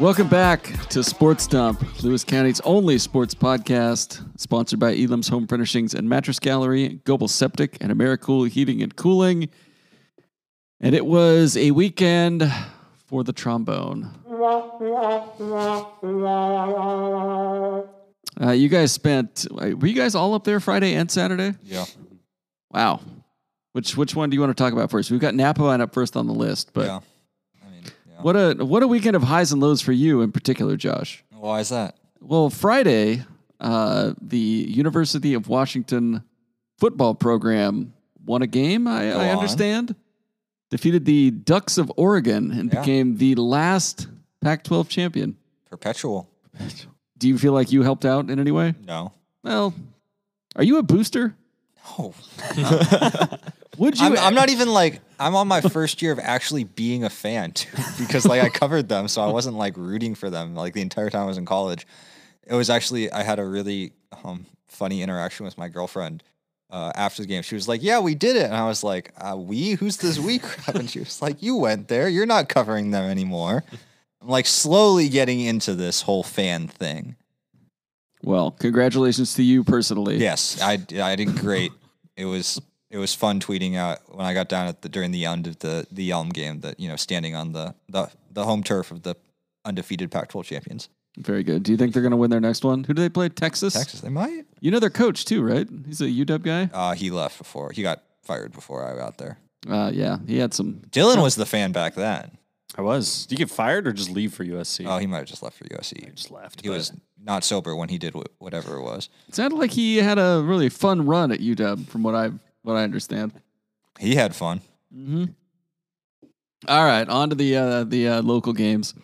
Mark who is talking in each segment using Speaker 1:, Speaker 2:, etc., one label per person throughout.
Speaker 1: Welcome back to Sports Dump, Lewis County's only sports podcast, sponsored by Elam's Home Furnishings and Mattress Gallery, Global Septic, and AmeriCool Heating and Cooling. And it was a weekend for the trombone. Uh, you guys spent, uh, were you guys all up there Friday and Saturday?
Speaker 2: Yeah.
Speaker 1: Wow. Which which one do you want to talk about first? We've got Napa line up first on the list, but
Speaker 2: yeah. I mean, yeah.
Speaker 1: what a what a weekend of highs and lows for you in particular, Josh.
Speaker 2: Why is that?
Speaker 1: Well, Friday, uh, the University of Washington football program won a game, I,
Speaker 2: Go
Speaker 1: I
Speaker 2: on.
Speaker 1: understand. Defeated the Ducks of Oregon and
Speaker 2: Yeah.
Speaker 1: became the last Pac 12 champion.
Speaker 2: Perpetual.
Speaker 1: Do you feel like you helped out in any way?
Speaker 2: No.
Speaker 1: Well, are you a booster?
Speaker 2: No.
Speaker 1: Would you?
Speaker 2: I'm, I'm not even like, I'm on my first year of actually being a fan too, because like I covered them. So I wasn't like rooting for them like the entire time I was in college. It was actually, I had a really um, funny interaction with my girlfriend. Uh, after the game, she was like, "Yeah, we did it," and I was like, uh, "We? Who's this we?" crap? And she was like, "You went there. You're not covering them anymore." I'm like slowly getting into this whole fan thing.
Speaker 1: Well, congratulations to you personally.
Speaker 2: Yes, I, I did great. It was it was fun tweeting out when I got down at the during the end of the the Elm game that you know standing on the the, the home turf of the undefeated Pac-12 champions.
Speaker 1: Very good. Do you think they're going to win their next one? Who do they play? Texas?
Speaker 2: Texas, they might.
Speaker 1: You know their coach too, right? He's a UW guy.
Speaker 2: Uh, he left before he got fired before I got there.
Speaker 1: Uh, yeah, he had some.
Speaker 2: Dylan was the fan back then.
Speaker 3: I was. Do you get fired or just leave for USC?
Speaker 2: Oh, he might have just left for USC.
Speaker 3: just left.
Speaker 2: He
Speaker 3: but-
Speaker 2: was not sober when he did wh- whatever it was.
Speaker 1: It sounded like he had a really fun run at UW, from what I what I understand.
Speaker 2: He had fun.
Speaker 1: Mm-hmm. All right, on to the uh, the uh, local games.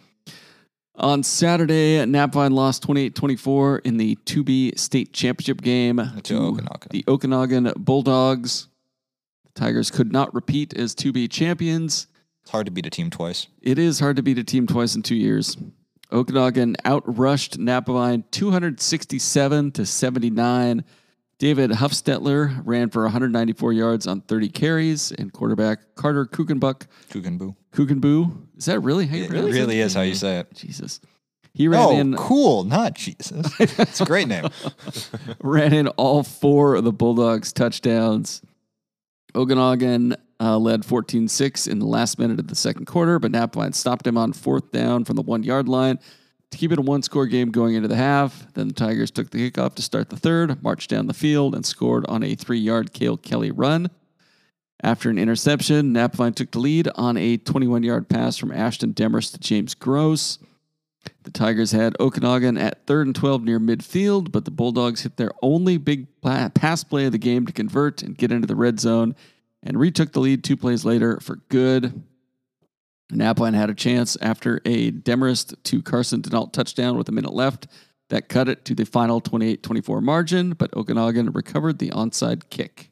Speaker 1: On Saturday, Napvine lost 28-24 in the 2B state championship game
Speaker 2: To Okanagan.
Speaker 1: the Okanagan Bulldogs. The Tigers could not repeat as 2B champions.
Speaker 2: It's hard to beat a team twice.
Speaker 1: It is hard to beat a team twice in two years. Okanagan outrushed Napavine 267 to 79. David Huffstetler ran for 194 yards on 30 carries, and quarterback Carter Kukenbuck
Speaker 2: Kugenboo.
Speaker 1: Kukenboo. Is that really how you
Speaker 2: It
Speaker 1: pronounce
Speaker 2: really is how you say it.
Speaker 1: Jesus. He ran
Speaker 2: Oh,
Speaker 1: in
Speaker 2: cool. Not Jesus. It's a great name.
Speaker 1: ran in all four of the Bulldogs touchdowns. Okanagan uh, led 14 6 in the last minute of the second quarter, but Napline stopped him on fourth down from the one yard line to keep it a one score game going into the half. Then the Tigers took the kickoff to start the third, marched down the field, and scored on a three yard Cale Kelly run. After an interception, Napline took the lead on a 21 yard pass from Ashton Demers to James Gross. The Tigers had Okanagan at third and 12 near midfield, but the Bulldogs hit their only big pla- pass play of the game to convert and get into the red zone and retook the lead two plays later for good. And Appline had a chance after a Demarest to Carson Denault touchdown with a minute left that cut it to the final 28 24 margin, but Okanagan recovered the onside kick.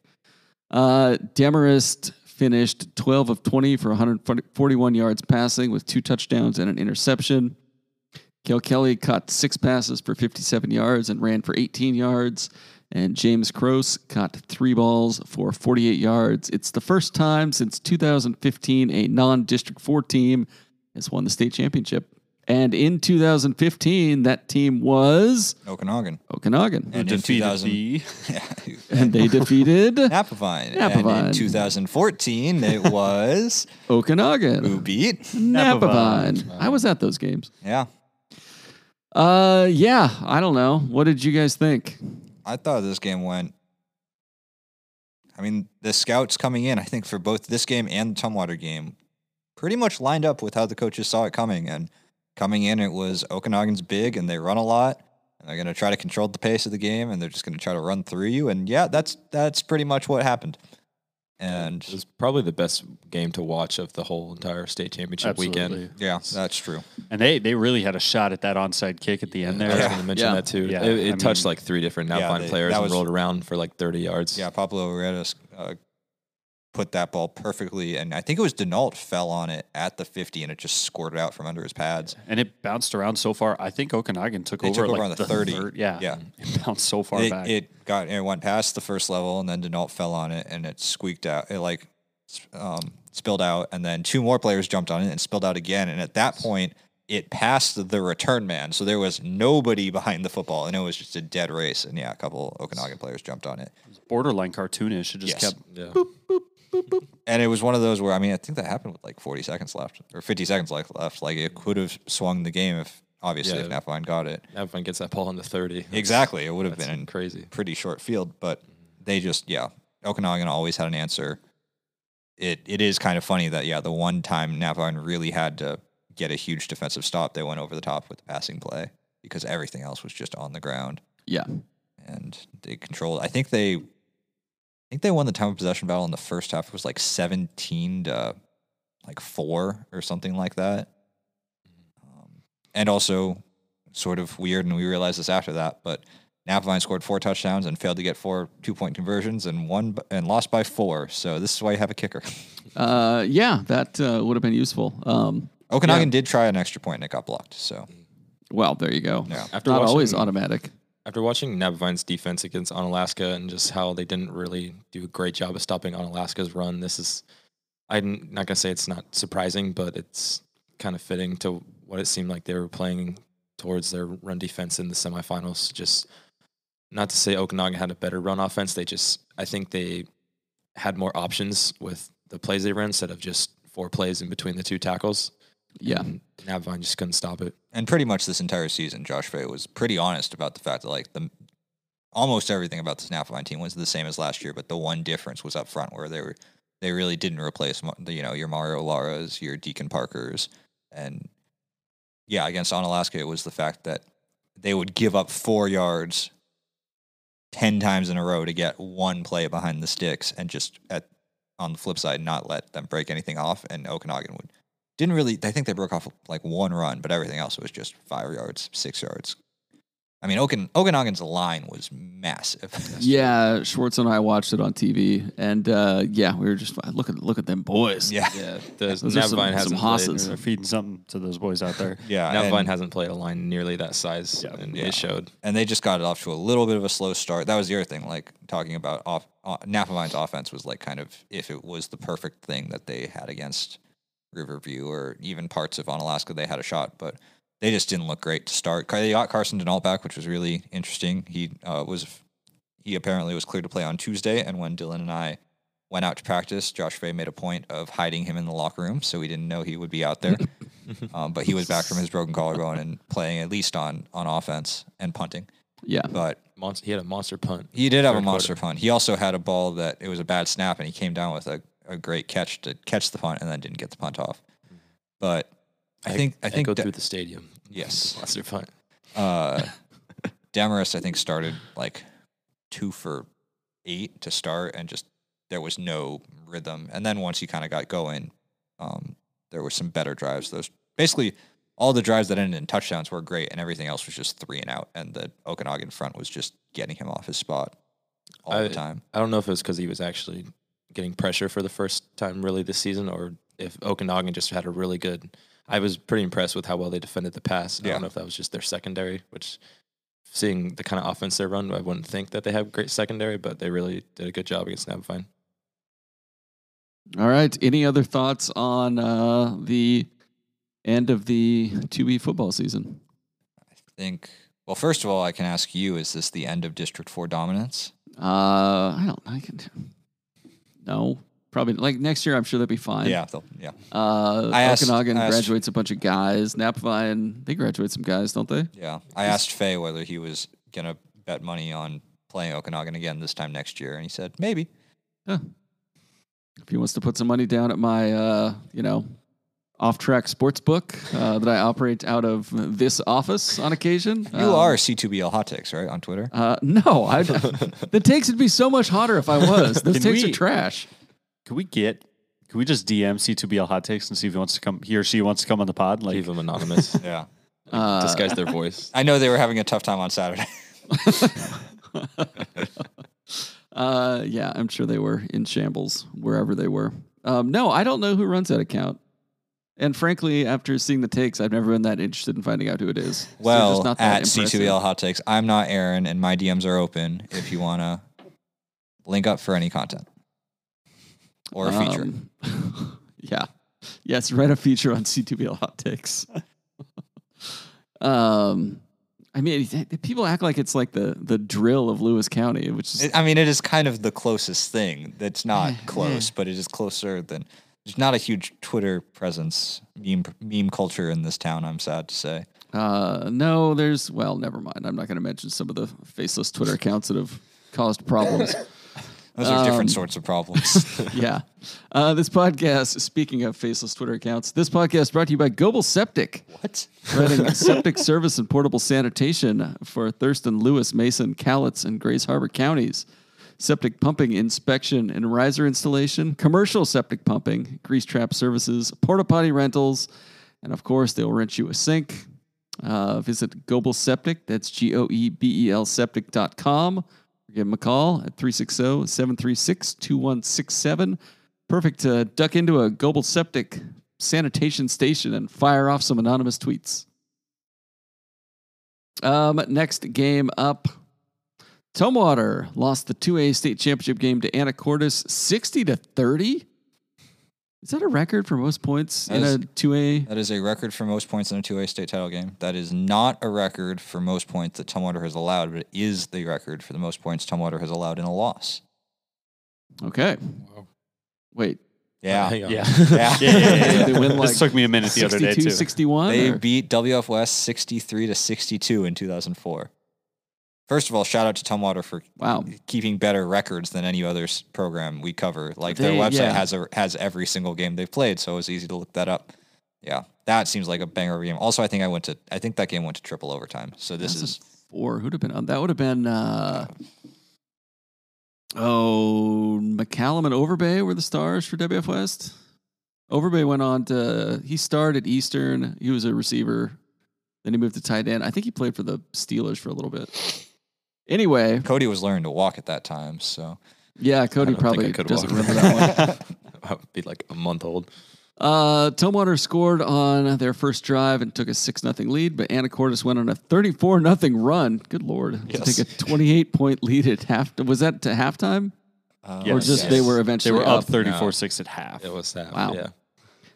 Speaker 1: Uh, Demarest finished 12 of 20 for 141 yards passing with two touchdowns and an interception. Kale Kelly caught six passes for 57 yards and ran for 18 yards. And James Kroos caught three balls for 48 yards. It's the first time since 2015 a non District 4 team has won the state championship. And in 2015, that team was
Speaker 2: Okanagan.
Speaker 1: Okanagan.
Speaker 2: And in
Speaker 3: Defeated
Speaker 2: 2000,
Speaker 3: the-
Speaker 1: And they defeated
Speaker 2: Napavine. And in
Speaker 1: Napavine.
Speaker 2: 2014, it was Who
Speaker 1: Okanagan.
Speaker 2: Beat.
Speaker 1: Napavine. I was at those games.
Speaker 2: Yeah.
Speaker 1: Uh, yeah, I don't know. What did you guys think?
Speaker 2: I thought this game went. I mean, the scouts coming in, I think, for both this game and the Tumwater game, pretty much lined up with how the coaches saw it coming. And coming in, it was Okanagan's big and they run a lot. And they're going to try to control the pace of the game and they're just going to try to run through you. And yeah, that's that's pretty much what happened. And
Speaker 4: It was probably the best game to watch of the whole entire state championship weekend.
Speaker 3: Absolutely.
Speaker 2: yeah, that's true.
Speaker 3: And they, they really had a shot at that onside kick at the end
Speaker 4: I was
Speaker 3: there.
Speaker 4: going to mention
Speaker 1: Yeah.
Speaker 4: that too.
Speaker 3: Yeah,
Speaker 4: it it
Speaker 3: I
Speaker 4: touched
Speaker 3: mean-
Speaker 4: like three different
Speaker 2: Yeah,
Speaker 4: outline
Speaker 2: they-
Speaker 4: players
Speaker 2: that
Speaker 4: and
Speaker 2: was-
Speaker 4: rolled around for like 30 yards.
Speaker 2: Yeah, Pablo Redes uh, put that ball perfectly, and I think it was Denault fell on it at the 50, and it just squirted out from under his pads.
Speaker 3: And it bounced around so far. I think Okanagan took
Speaker 2: They
Speaker 3: over,
Speaker 2: took
Speaker 3: at,
Speaker 2: over
Speaker 3: like
Speaker 2: on the 30.
Speaker 3: third- yeah.
Speaker 2: Yeah.
Speaker 3: It bounced so far
Speaker 2: It,
Speaker 3: back.
Speaker 2: it got it went past the first level, and then Denault fell on it, and it squeaked out. It like s- um, spilled out, and then two more players jumped on it and spilled out again. And at that point, it passed the return man. So there was nobody behind the football, and it was just a dead race. And yeah, a couple Okanagan players jumped on it.
Speaker 3: Borderline cartoonish. It just
Speaker 2: Yes.
Speaker 3: kept
Speaker 4: Yeah.
Speaker 2: And it was one of those where I mean, I think that happened with like 40 seconds left or 50 seconds like left. Like it could have swung the game if obviously if
Speaker 4: Yeah.
Speaker 2: Napline got it.
Speaker 4: Everyone gets that ball in the 30. That's-
Speaker 2: Exactly, it would have
Speaker 4: that's
Speaker 2: been
Speaker 4: crazy.
Speaker 2: pretty short field, but they just yeah, Okanagan always had an answer. It it is kind of funny that yeah, the one time Napline really had to get a huge defensive stop, they went over the top with the passing play because everything else was just on the ground
Speaker 1: Yeah.
Speaker 2: and they controlled. I think they, I think they won the time of possession battle in the first half. It was like seventeen to like four or something like that. Um, and also, sort of weird, and we realized this after that, but Napvine scored four touchdowns and failed to get four two point conversions and one and lost by four. So this is why you have a kicker.
Speaker 1: Uh, yeah, that uh, would have been useful. Um,
Speaker 2: Okanagan did try an extra point and it got blocked. So
Speaker 1: well, there you go.
Speaker 2: Yeah.
Speaker 1: After
Speaker 4: After
Speaker 1: Not
Speaker 4: watching-
Speaker 1: always automatic.
Speaker 4: After watching Nabavine's defense against Onalaska and just how they didn't really do a great job of stopping Onalaska's run, this is, I'm not going to say it's not surprising, but it's kind of fitting to what it seemed like they were playing towards their run defense in the semifinals. Just not to say Okanagan had a better run offense. They just, I think they had more options with the plays they ran instead of just four plays in between the two tackles.
Speaker 1: Yeah.
Speaker 4: And Navavine just couldn't stop it.
Speaker 2: and pretty much this entire season, Josh Fay was pretty honest about the fact that like the almost everything about the snap line team was the same as last year, but the one difference was up front where they were they really didn't replace mo- the you know your Mario Laras, your Deacon Parkers, and yeah, against Onalaska, it was the fact that they would give up four yards ten times in a row to get one play behind the sticks, and just at on the flip side, not let them break anything off, and Okanagan would didn't really. I think they broke off like one run, but everything else was just five yards, six yards. I mean, Okan, Okanagan's line was massive.
Speaker 1: Yeah, Schwartz and I watched it on TV, and uh, yeah, we were just like, look at look at them boys.
Speaker 2: yeah,
Speaker 4: Yeah, the
Speaker 1: Those are some-
Speaker 4: Navavine
Speaker 1: some
Speaker 4: hasn't
Speaker 1: hosses.
Speaker 4: played
Speaker 1: It's-
Speaker 3: they're feeding something to those boys out there.
Speaker 2: yeah.
Speaker 4: Now Vine
Speaker 2: Uh, and,
Speaker 4: hasn't played a line nearly that size,
Speaker 3: Yeah.
Speaker 4: and
Speaker 2: Yeah.
Speaker 4: it showed.
Speaker 2: and they just got it off to a little bit of a slow start. That was the other thing, like talking about off. Uh, Napavine's offense was like kind of if it was the perfect thing that they had against Riverview or even parts of Onalaska, they had a shot, but they just didn't look great to start. Car- They got Carson Denault back, which was really interesting. He uh, was he apparently was cleared to play on Tuesday, and when Dylan and I went out to practice, Josh Fay made a point of hiding him in the locker room, so we didn't know he would be out there. um, but he was back from his broken collarbone and playing at least on on offense and punting.
Speaker 1: yeah.
Speaker 2: But
Speaker 4: Monst- he had a monster punt.
Speaker 2: he did have a
Speaker 4: Third
Speaker 2: monster punt. He also had a ball that it was a bad snap, and he came down with a, a great catch to catch the punt, and then didn't get the punt off. But I think I think
Speaker 4: go
Speaker 2: De-
Speaker 4: through the stadium.
Speaker 2: yes,
Speaker 4: Monster punt.
Speaker 2: uh, Demarest I think started like two for eight to start, and just there was no rhythm. And then once he kind of got going, um, there were some better drives. Those basically all the drives that ended in touchdowns were great, and everything else was just three and out. And the Okanagan front was just getting him off his spot all
Speaker 4: I-
Speaker 2: the time.
Speaker 4: I don't know if it was because he was actually getting pressure for the first time really this season, or if Okanagan just had a really good. I was pretty impressed with how well they defended the pass. I
Speaker 2: Yeah.
Speaker 4: don't know if that was just their secondary, which seeing the kind of offense they run, I wouldn't think that they have great secondary, but they really did a good job against Navafine.
Speaker 1: All right. Any other thoughts on uh, the end of the two B football season?
Speaker 2: think well first of all i can ask you is this the end of district 4 dominance
Speaker 1: Uh, I don't. I can. No, probably like next year. I'm sure that'd be fine.
Speaker 2: they'll- yeah
Speaker 1: Uh,
Speaker 2: I asked-
Speaker 1: Okanagan
Speaker 2: I asked-
Speaker 1: graduates a bunch of guys. Napvine, they graduate some guys, don't they?
Speaker 2: yeah i asked faye whether he was gonna bet money on playing okanagan again this time next year and he said maybe
Speaker 1: If he wants to put some money down at my, uh, you know, off-track sports book uh, that I operate out of this office on occasion,
Speaker 2: you
Speaker 1: um,
Speaker 2: are c2bl hot takes right on twitter
Speaker 1: Uh, no, I, the takes would be so much hotter if I was. Those
Speaker 3: Can
Speaker 1: takes
Speaker 3: we-
Speaker 1: are trash.
Speaker 3: Can we get? Can we just DM C2BL Hot Takes and see if he wants to come? He or she wants to come on the pod. Like
Speaker 4: Leave them anonymous.
Speaker 2: yeah
Speaker 1: Uh,
Speaker 4: disguise their voice.
Speaker 2: i know they were having a tough time on saturday
Speaker 1: Uh, yeah, I'm sure they were in shambles wherever they were. Um, no, I don't know who runs that account. And frankly, after seeing the takes, I've never been that interested in finding out who it is. So they're
Speaker 2: well
Speaker 1: just not that
Speaker 2: at
Speaker 1: impressive.
Speaker 2: c2bl hot takes i'm not aaron and my dms are open if you wanna link up for any content or a feature
Speaker 1: Um, yeah. Yes, write a feature on C2BL hot takes. Um, I mean, th- people act like it's like the the drill of Lewis County, which is
Speaker 2: It- I mean, it is kind of the closest thing. That's not
Speaker 1: Yeah,
Speaker 2: close, but it is closer than. There's not a huge Twitter presence, meme meme culture in this town. I'm sad to say.
Speaker 1: Uh, no, there's well, never mind. I'm not going to mention some of the faceless Twitter accounts that have caused problems.
Speaker 2: Those are different sorts of problems.
Speaker 1: yeah, uh, this podcast. Speaking of faceless Twitter accounts, this podcast brought to you by Global Septic,
Speaker 2: what?
Speaker 1: providing septic service and portable sanitation for Thurston, Lewis, Mason, Cowlitz, and Grace Harbor counties. Septic pumping inspection and riser installation, commercial septic pumping, grease trap services, porta potty rentals, and of course, they'll rent you a sink. Uh, visit Gobel Septic, that's G O E B E L septic.com, or give them a call at 360 736 2167. Perfect to duck into a Gobel Septic sanitation station and fire off some anonymous tweets. Um, next game up. Tumwater lost the 2A state championship game to Anacortes 60 to 30. Is that a record for most points in a
Speaker 2: That
Speaker 1: 2A?
Speaker 2: That is a record for most points in a 2A state title game. That is not a record for most points that Tumwater has allowed, but it is the record for the most points Tumwater has allowed in a loss.
Speaker 1: Okay. Wait.
Speaker 2: Yeah.
Speaker 4: Hang on.
Speaker 3: Yeah.
Speaker 2: Yeah.
Speaker 3: Yeah, yeah, yeah, yeah.
Speaker 1: They win like
Speaker 3: this took me a minute the other day
Speaker 1: 62,
Speaker 3: too.
Speaker 1: 61.
Speaker 2: They
Speaker 1: or-
Speaker 2: beat WF West 63 to 62 in 2004. First of all, shout out to Tumwater for
Speaker 1: wow.
Speaker 2: keeping better records than any other s- program we cover. Like
Speaker 1: They-
Speaker 2: their website
Speaker 1: yeah.
Speaker 2: has a, has every single game they've played, so it was easy to look that up. Yeah, that seems like a banger of a game. Also, I think I went to I think that game went to triple overtime. So this
Speaker 1: That's a
Speaker 2: is
Speaker 1: four. Who'd have been on? That would have been. Uh, oh, McCallum and Overbay were the stars for WF West. Overbay went on to. He starred at Eastern. He was a receiver. Then he moved to tight end. I think he played for the Steelers for a little bit. Anyway,
Speaker 2: Cody was learning to walk at that time. So
Speaker 1: yeah, Cody
Speaker 4: don't think I
Speaker 1: probably
Speaker 4: could
Speaker 1: doesn't
Speaker 4: walk.
Speaker 1: remember that one.
Speaker 4: I would be like a month old.
Speaker 1: Uh, Tumwater scored on their first drive and took a 6 0 lead, but Anacortes went on a 34 0 run. Good Lord. To
Speaker 2: Yes.
Speaker 1: take a 28 point lead at half. Was that to halftime?
Speaker 2: uh,
Speaker 3: Yes.
Speaker 1: Or just they were eventually
Speaker 3: They were up
Speaker 1: up?
Speaker 3: 34 6 at half.
Speaker 4: It was that.
Speaker 1: Wow.
Speaker 4: Yeah.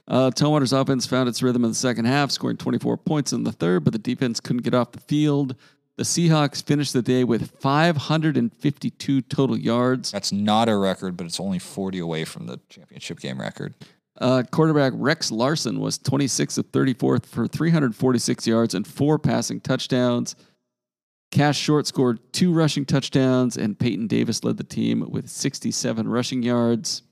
Speaker 1: Uh, Tumwater's offense found its rhythm in the second half, scoring 24 points in the third, but the defense couldn't get off the field. The Seahawks finished the day with 552 total yards.
Speaker 2: that's not a record, but it's only 40 away from the championship game record.
Speaker 1: Uh, quarterback Rex Larson was 26 of 34 for 346 yards and four passing touchdowns. Cash Short scored two rushing touchdowns, and Peyton Davis led the team with 67 rushing yards.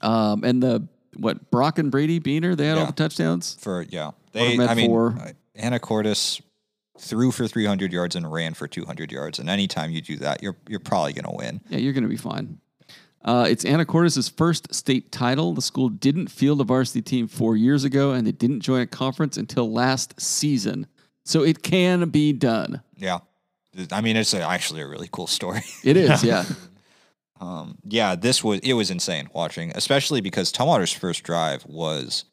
Speaker 1: Um, and the what Brock and Brady Beaner they had all
Speaker 2: Yeah.
Speaker 1: the touchdowns.
Speaker 2: For yeah,
Speaker 1: have
Speaker 2: they
Speaker 1: meant
Speaker 2: I mean
Speaker 1: for-
Speaker 2: uh, Anna Cortis threw for 300 yards and ran for 200 yards, and anytime you do that, you're you're probably gonna win.
Speaker 1: Yeah, you're going to be fine. Uh, it's Anacortes' first state title. The school didn't field a varsity team four years ago, and they didn't join a conference until last season. So it can be done.
Speaker 2: Yeah. I mean, it's a, actually a really cool story.
Speaker 1: It is, yeah.
Speaker 2: Um, yeah, this was it was insane watching, especially because Tumwater's first drive was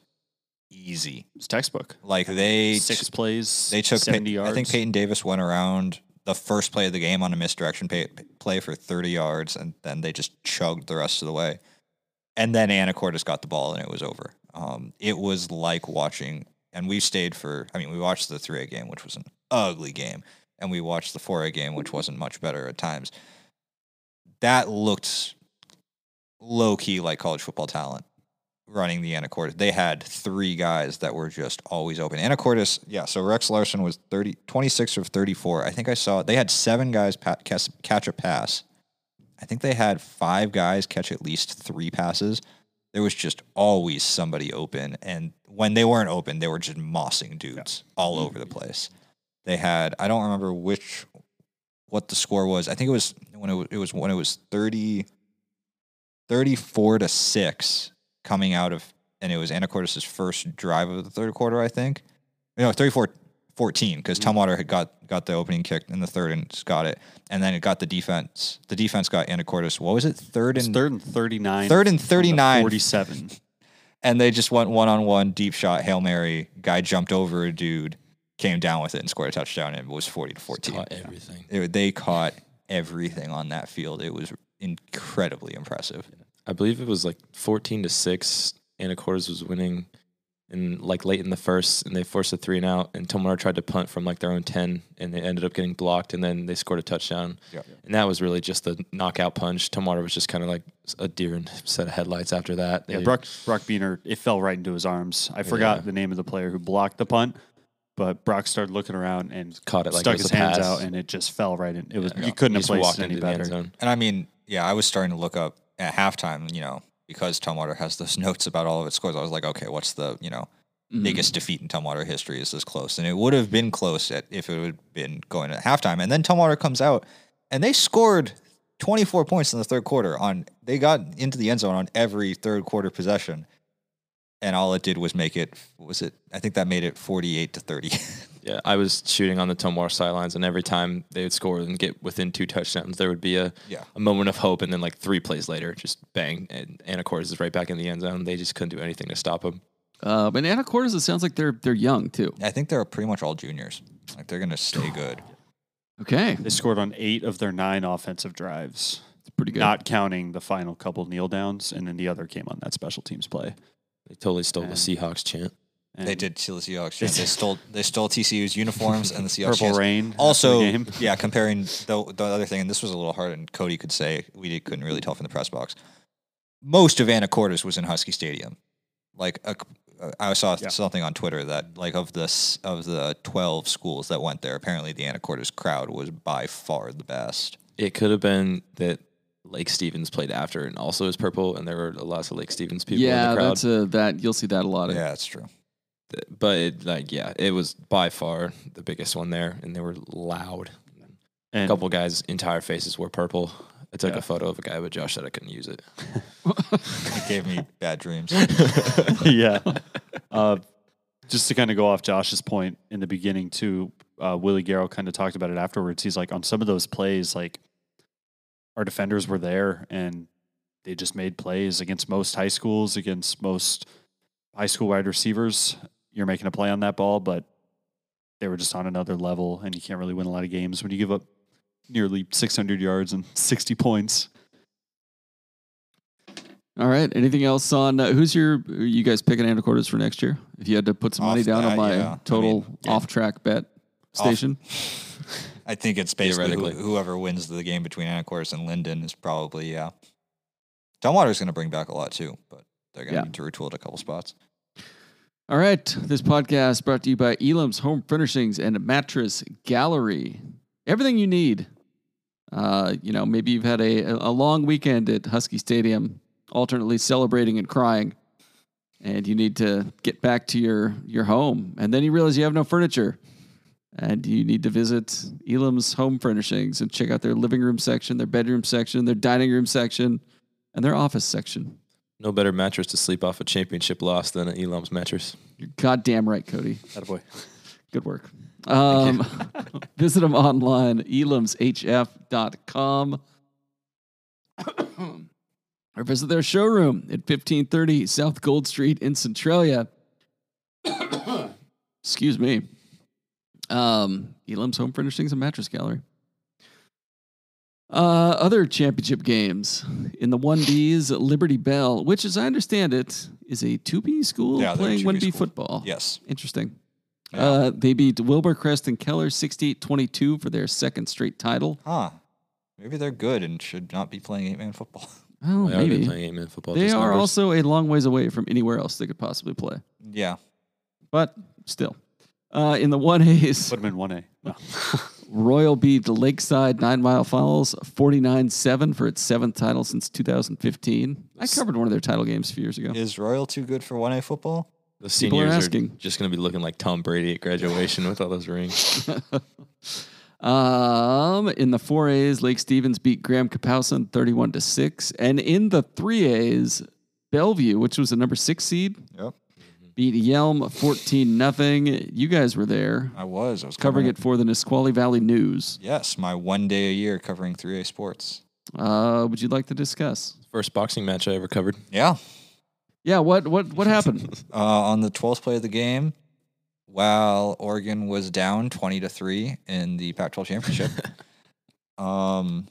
Speaker 2: easy.
Speaker 3: It was textbook.
Speaker 2: Like they
Speaker 3: Six plays.
Speaker 2: they took Pey-
Speaker 3: 70 yards.
Speaker 2: I think Peyton Davis went around the first play of the game on a misdirection pay- play for 30 yards, and then they just chugged the rest of the way. And then Anacortes got the ball, and it was over. Um, it was like watching, and we stayed for. I mean, we watched the 3A game, which was an ugly game, and we watched the 4A game, which wasn't much better at times. That looked low key like college football talent running the Anacortes. They had three guys that were just always open. Anacortes, yeah. So Rex Larson was 30, 26 of 34. I think I saw they had seven guys pa- cas- catch a pass. I think they had five guys catch at least three passes. There was just always somebody open. And when they weren't open, they were just mossing dudes all over the place. They had, I don't remember which, what the score was. I think it was when it was, it was when it was 30, 34 to six coming out of, and it was Anacortes' first drive of the third quarter, I think. No, 34 14, because Tumwater had got, got the opening kick in the third and just got it. And then it got the defense. The defense got Anacortes. What was it? Third
Speaker 3: It's
Speaker 2: and
Speaker 3: third and 39.
Speaker 2: Third and
Speaker 3: from the
Speaker 2: 39.
Speaker 3: 47.
Speaker 2: and they just went one on one, deep shot, hail mary. Guy jumped over a dude, came down with it, and scored a touchdown. And it was forty to fourteen.
Speaker 4: Caught everything.
Speaker 2: It- they caught everything on that field. It was incredibly impressive.
Speaker 4: I believe it was like 14 to 6. Anacortes was winning. and like late in the first, and they forced a three and out. And Tomar tried to punt from like their own ten, and they ended up getting blocked, and then they scored a touchdown.
Speaker 2: Yeah.
Speaker 4: And that was really just the knockout punch. Tomar was just kind of like a deer in a set of headlights after that.
Speaker 3: Yeah,
Speaker 4: They-
Speaker 3: Brock Brock Beener, it fell right into his arms. I forgot
Speaker 4: Yeah.
Speaker 3: the name of the player who blocked the punt, but Brock started looking around and
Speaker 4: Caught it like it
Speaker 3: stuck
Speaker 4: was
Speaker 3: his
Speaker 4: a
Speaker 3: hands
Speaker 4: pass.
Speaker 3: out, and it just fell right in. It was
Speaker 4: Yeah.
Speaker 3: you couldn't have
Speaker 4: just
Speaker 3: placed
Speaker 4: walked
Speaker 3: it any
Speaker 4: into the end
Speaker 3: better.
Speaker 4: zone.
Speaker 2: And I mean, yeah, I was starting to look up at halftime, you know, because Tumwater has those notes about all of its scores. I was like, okay, what's the, you know,
Speaker 1: Mhm.
Speaker 2: biggest
Speaker 3: Mm-hmm.
Speaker 2: defeat in Tumwater history is this close. And it would have been close at, if it would have been going at halftime. And then Tumwater comes out and they scored 24 points in the third quarter on they got into the end zone on every third quarter possession. And all it did was make it was it I think that made it 48 to 30.
Speaker 4: Yeah, I was shooting on the Tomar sidelines, and every time they would score and get within two touchdowns, there would be a,
Speaker 2: Yeah.
Speaker 4: a moment of hope, and then like three plays later, just bang, and Anacortes is right back in the end zone. They just couldn't do anything to stop him.
Speaker 1: Uh, but Anacortes, it sounds like they're they're young too.
Speaker 2: I think they're pretty much all juniors. Like they're going to stay good.
Speaker 1: Okay,
Speaker 3: They scored on eight of their nine offensive drives,
Speaker 1: it's pretty good.
Speaker 3: not counting the final couple kneel downs, and then the other came on that special teams play.
Speaker 4: They totally stole
Speaker 3: And-
Speaker 4: the Seahawks chant.
Speaker 3: And
Speaker 2: They did steal the Seahawks. Yeah, they stole they stole TCU's uniforms and the Seahawks. chants.
Speaker 3: Purple Rain after the
Speaker 2: Also,
Speaker 3: game.
Speaker 2: yeah, comparing the the other thing, and this was a little hard, and Cody could say we did, couldn't really tell from the press box. Most of Anacortes was in Husky Stadium. Like a, I saw
Speaker 3: Yeah.
Speaker 2: something on Twitter that like of the s- of the twelve schools that went there, apparently the Anacortes crowd was by far the best.
Speaker 4: It could have been that Lake Stevens played after, and also is purple, and there were lots of Lake Stevens people
Speaker 1: yeah,
Speaker 4: in the crowd.
Speaker 1: that's a that you'll see that a lot. Of,
Speaker 2: Yeah, that's true.
Speaker 4: but it, like, yeah, it was by far the biggest one there, and they were loud. A
Speaker 3: And
Speaker 4: couple guys' entire faces were purple. I took
Speaker 3: Yeah.
Speaker 4: a photo of a guy, but Josh said I couldn't use it.
Speaker 2: It gave me bad dreams.
Speaker 3: yeah. Uh, just to kind of go off Josh's point in the beginning too, uh, Willie Garrow kind of talked about it afterwards. He's like, on some of those plays, like our defenders were there and they just made plays against most high schools, against most high school wide receivers. You're making a play on that ball, but they were just on another level, and you can't really win a lot of games when you give up nearly 600 yards and 60 points.
Speaker 1: All right. Anything else on uh, who's your? are you guys picking Anacortes for next year? If you had to put some money
Speaker 2: Off-
Speaker 1: down
Speaker 2: uh,
Speaker 1: on my
Speaker 2: yeah. I
Speaker 1: total
Speaker 2: mean,
Speaker 1: off track bet
Speaker 2: Off-
Speaker 1: station,
Speaker 2: I think it's basically who,
Speaker 4: Theoretically.
Speaker 2: whoever wins the game between Anacortes and Linden is probably yeah. Tumwater's going to bring back a lot too, but they're going to
Speaker 1: Yeah.
Speaker 2: need to retool it a couple spots.
Speaker 1: All right. This podcast brought to you by Elam's Home Furnishings and Mattress Gallery. Everything you need. Uh, you know, maybe you've had a, a long weekend at Husky Stadium, alternately celebrating and crying, and you need to get back to your, your home. And then you realize you have no furniture, and you need to visit Elam's Home Furnishings and check out their living room section, their bedroom section, their dining room section, and their office section.
Speaker 4: No better mattress to sleep off a championship loss than an Elam's mattress.
Speaker 1: You're goddamn right, Cody.
Speaker 3: Attaboy.
Speaker 1: Good work. Um, visit them online, elamshf.com, or visit their showroom at 1530 South Gold Street in Centralia. Excuse me. Um, Elam's Home Furnishings and Mattress Gallery. Uh, other championship games in the 1Bs, Liberty Bell, which, as I understand it, is a 2B school
Speaker 2: Yeah, they're a
Speaker 1: playing
Speaker 2: 2B
Speaker 1: 1B
Speaker 2: school.
Speaker 1: football.
Speaker 2: Yes.
Speaker 1: Interesting. Uh, they beat Wilbur Crest and Keller 68 22 for their second straight title.
Speaker 2: Huh. Maybe they're good and should not be playing eight man football.
Speaker 1: Oh,
Speaker 4: Why are they
Speaker 1: maybe.
Speaker 4: playing eight-man football?
Speaker 1: They
Speaker 4: Just
Speaker 1: are
Speaker 4: numbers?
Speaker 1: also a long ways away from anywhere else they could possibly play,
Speaker 2: yeah.
Speaker 1: but still. Uh, in the 1As,
Speaker 3: Put him in 1A. No.
Speaker 1: Royal beat the Lakeside Nine Mile Falls 49 7 for its seventh title since 2015. I covered one of their title games a few years ago.
Speaker 2: Is Royal too good for 1A football?
Speaker 4: The
Speaker 1: people are
Speaker 4: seniors are,
Speaker 1: asking.
Speaker 4: just going to be looking like Tom Brady at graduation with all those rings.
Speaker 1: Um, in the four A's, Lake Stevens beat Graham Kapowson thirty-one to six, and in the three A's, Bellevue, which was the number six seed,
Speaker 2: Yep.
Speaker 1: beat Yelm fourteen nothing. You guys were there
Speaker 2: I was. I was
Speaker 1: covering it for the Nisqually Valley News.
Speaker 2: Yes, my one day a year covering 3A sports.
Speaker 1: Uh, would you like to discuss?
Speaker 4: First boxing match I ever covered.
Speaker 2: Yeah.
Speaker 1: Yeah, what what what happened?
Speaker 2: Uh, on the 12th play of the game, while Oregon was down 20 to 3 in the Pac 12 championship, um,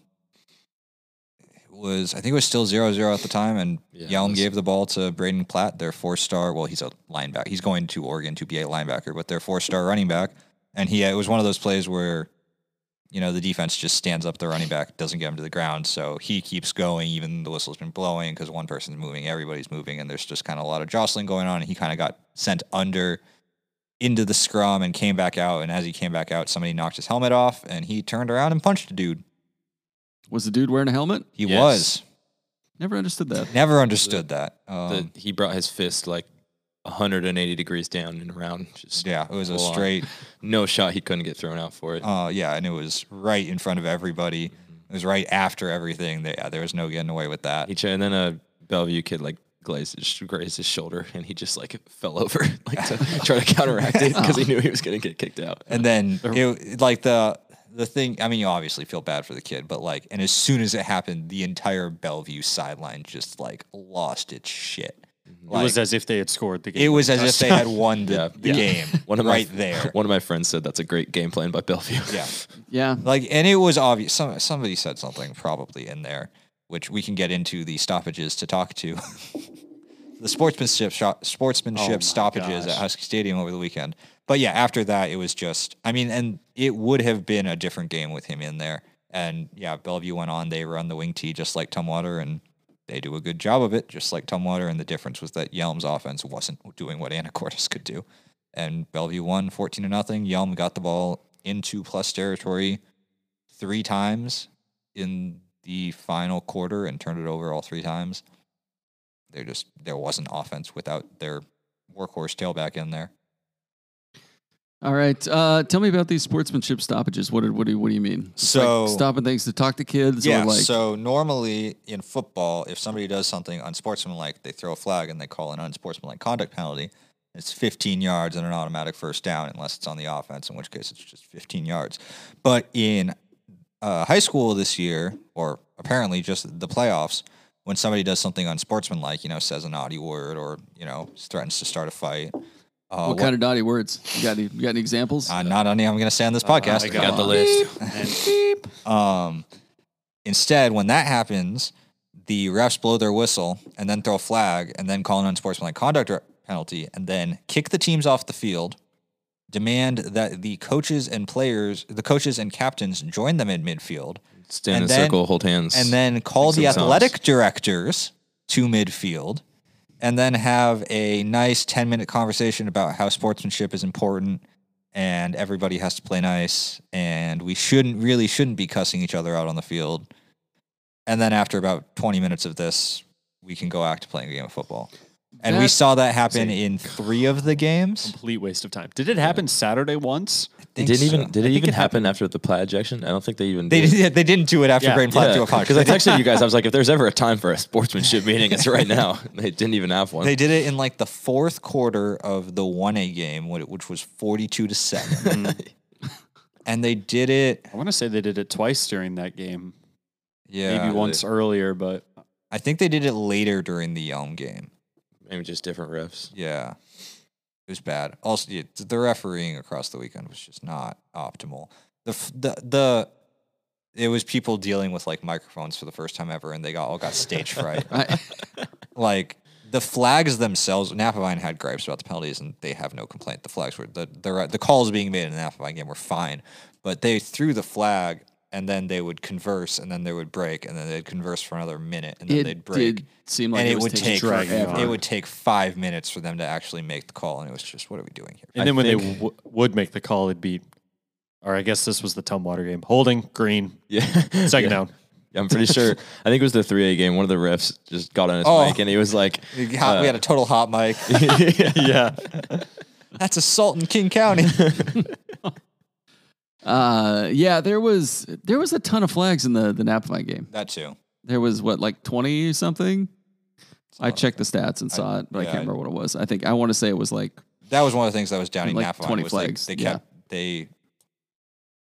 Speaker 2: was I think it was still 0-0 at the time, and
Speaker 4: Yeah,
Speaker 2: Yelm
Speaker 4: it was.
Speaker 2: gave the ball to Braden Platt, their four-star. Well, he's a linebacker. He's going to Oregon to be a linebacker, but their four-star running back. And he it was one of those plays where, you know, the defense just stands up the running back, doesn't get him to the ground, so he keeps going, even the whistle's been blowing because one person's moving, everybody's moving, and there's just kind of a lot of jostling going on. And he kind of got sent under into the scrum and came back out. And as he came back out, somebody knocked his helmet off, and he turned around and punched a dude.
Speaker 1: Was the dude wearing a helmet?
Speaker 2: He
Speaker 4: Yes.
Speaker 2: was.
Speaker 1: Never understood that.
Speaker 2: Never understood that. Um,
Speaker 4: the, he brought his fist like 180 degrees down and around. Just
Speaker 2: yeah, it was a
Speaker 4: full on.
Speaker 2: straight.
Speaker 4: no shot. He couldn't get thrown out for it.
Speaker 2: Uh, yeah, and it was right in front of everybody. It was right after everything. There, yeah, there was no getting away with that.
Speaker 4: He ch- and then a Bellevue kid like glazed his, grazed his shoulder and he just like fell over like to try to counteract it because he knew he was gonna get kicked out.
Speaker 2: And then it like the the thing. I mean, you obviously feel bad for the kid, but like, and as soon as it happened, the entire Bellevue sideline just like lost its shit. Like,
Speaker 3: it was as if they had scored the game.
Speaker 2: it was as if they had won the,
Speaker 4: Mm-hmm. Yeah.
Speaker 2: the
Speaker 4: Yeah.
Speaker 2: game
Speaker 4: One of my-
Speaker 2: right there.
Speaker 4: One of my friends said that's a great game plan by Bellevue.
Speaker 2: Yeah.
Speaker 1: Yeah.
Speaker 2: Like, and it was obvious. Some, somebody said something probably in there, which we can get into the stoppages to talk to. the sportsmanship shot,
Speaker 3: Oh my
Speaker 2: sportsmanship stoppages
Speaker 3: gosh.
Speaker 2: at Husky Stadium over the weekend. But yeah, after that, it was just. I mean, and it would have been a different game with him in there. And yeah, Bellevue went on. They run the wing tee just like Tumwater, and they do a good job of it, just like Tumwater. And the difference was that Yelm's offense wasn't doing what Anacortes could do. And Bellevue won 14 to nothing. Yelm got the ball into plus territory three times in the final quarter and turned it over all three times. There just there wasn't offense without their workhorse tailback in there.
Speaker 1: All right. Uh, tell me about these sportsmanship stoppages. What, did, what, do, you- what do you mean? It's
Speaker 2: So-
Speaker 1: like stopping things to talk to kids
Speaker 2: yeah.
Speaker 1: or like
Speaker 2: so normally in football, if somebody does something unsportsmanlike, they throw a flag and they call an unsportsmanlike conduct penalty. It's 15 yards and an automatic first down, unless it's on the offense, in which case it's just 15 yards. But in uh, high school this year, or apparently just the playoffs, when somebody does something unsportsmanlike, you know, says a naughty word or you know threatens to start a fight. Uh,
Speaker 1: what kind of naughty words? You got any, you got any examples?
Speaker 2: uh, not any I'm going to say on
Speaker 1: Oh,
Speaker 2: this podcast.
Speaker 3: I
Speaker 4: I got the
Speaker 3: on.
Speaker 4: list.
Speaker 2: Um, instead, when that happens, the refs blow their whistle and then throw a flag and then call an unsportsmanlike conduct re- penalty and then kick the teams off the field, demand that the coaches and players, the coaches and captains join them in midfield,
Speaker 4: Stand in
Speaker 2: And
Speaker 4: a
Speaker 2: then-
Speaker 4: circle, hold hands,
Speaker 2: and then call
Speaker 4: Make
Speaker 2: the
Speaker 4: some songs.
Speaker 2: athletic directors to midfield and then have a nice 10 minute conversation about how sportsmanship is important and everybody has to play nice and we shouldn't really shouldn't be cussing each other out on the field and then after about 20 minutes of this we can go back to playing a game of football and we
Speaker 1: That-
Speaker 2: saw that happen in three of the games
Speaker 3: complete waste of time. Did it happen Saturday once?
Speaker 4: It didn't
Speaker 2: Think so.
Speaker 4: even did it
Speaker 3: think
Speaker 4: even
Speaker 3: it
Speaker 4: happen after the plat ejection? I don't think they even
Speaker 2: they, did, they didn't do it after
Speaker 3: Yeah.
Speaker 2: Brain Platt threw a punch
Speaker 4: because I texted you guys. I was like, if there's ever a time for a sportsmanship meeting, it's right now. They didn't even have one.
Speaker 2: They did it in like the fourth quarter of the one A game, wh- which was forty-two to seven,
Speaker 3: Mm-hmm.
Speaker 2: and they did it.
Speaker 3: I want to say they did it twice during that game.
Speaker 2: Yeah,
Speaker 3: Maybe once earlier, but
Speaker 2: I think they did it later during the Elm game.
Speaker 4: Maybe just different refs.
Speaker 2: Yeah, it was bad. Also, yeah, th- the refereeing across the weekend was just not optimal. The f- the the it was people dealing with like microphones for the first time ever, and they got all got stage fright.
Speaker 1: I,
Speaker 2: like the flags themselves, Napavine had gripes about the penalties, and they have no complaint. The flags were the the, the calls being made in the Napavine game were fine, but they threw the flag, and then they would converse, and then they would break, and then they'd converse for another minute, and then they'd
Speaker 1: it
Speaker 2: break,
Speaker 1: did seem like
Speaker 2: and
Speaker 1: it,
Speaker 2: it,
Speaker 1: was
Speaker 2: would
Speaker 1: taking
Speaker 2: take
Speaker 3: dragging
Speaker 1: forever.
Speaker 3: on.
Speaker 2: it would take five minutes for them to actually make the call, and it was just what are we doing here?
Speaker 3: and
Speaker 4: I
Speaker 3: then when they
Speaker 4: think-
Speaker 3: w- would make the call, it'd be, or I guess this was the Tumwater game. Holding green,
Speaker 4: Yeah,
Speaker 3: second
Speaker 4: Yeah.
Speaker 3: down.
Speaker 4: I'm pretty sure. I think it was the 3A game. One of the refs just got on his
Speaker 2: Oh.
Speaker 4: mic and he was like,
Speaker 2: We got- we had a total hot mic.
Speaker 3: yeah,
Speaker 2: That's assault in King County.
Speaker 1: Uh, yeah, there was there was a ton of flags in the the Napavine game.
Speaker 2: that too.
Speaker 1: There was what like twenty something. I checked the stats and saw it, but I
Speaker 2: yeah,
Speaker 1: can't
Speaker 2: I-
Speaker 1: remember what it was. I think I want to say it was like
Speaker 2: that was one of the things that was downing
Speaker 1: Like
Speaker 2: Napa
Speaker 1: 20
Speaker 2: on was
Speaker 1: flags,
Speaker 2: They, they
Speaker 1: yeah.
Speaker 2: kept they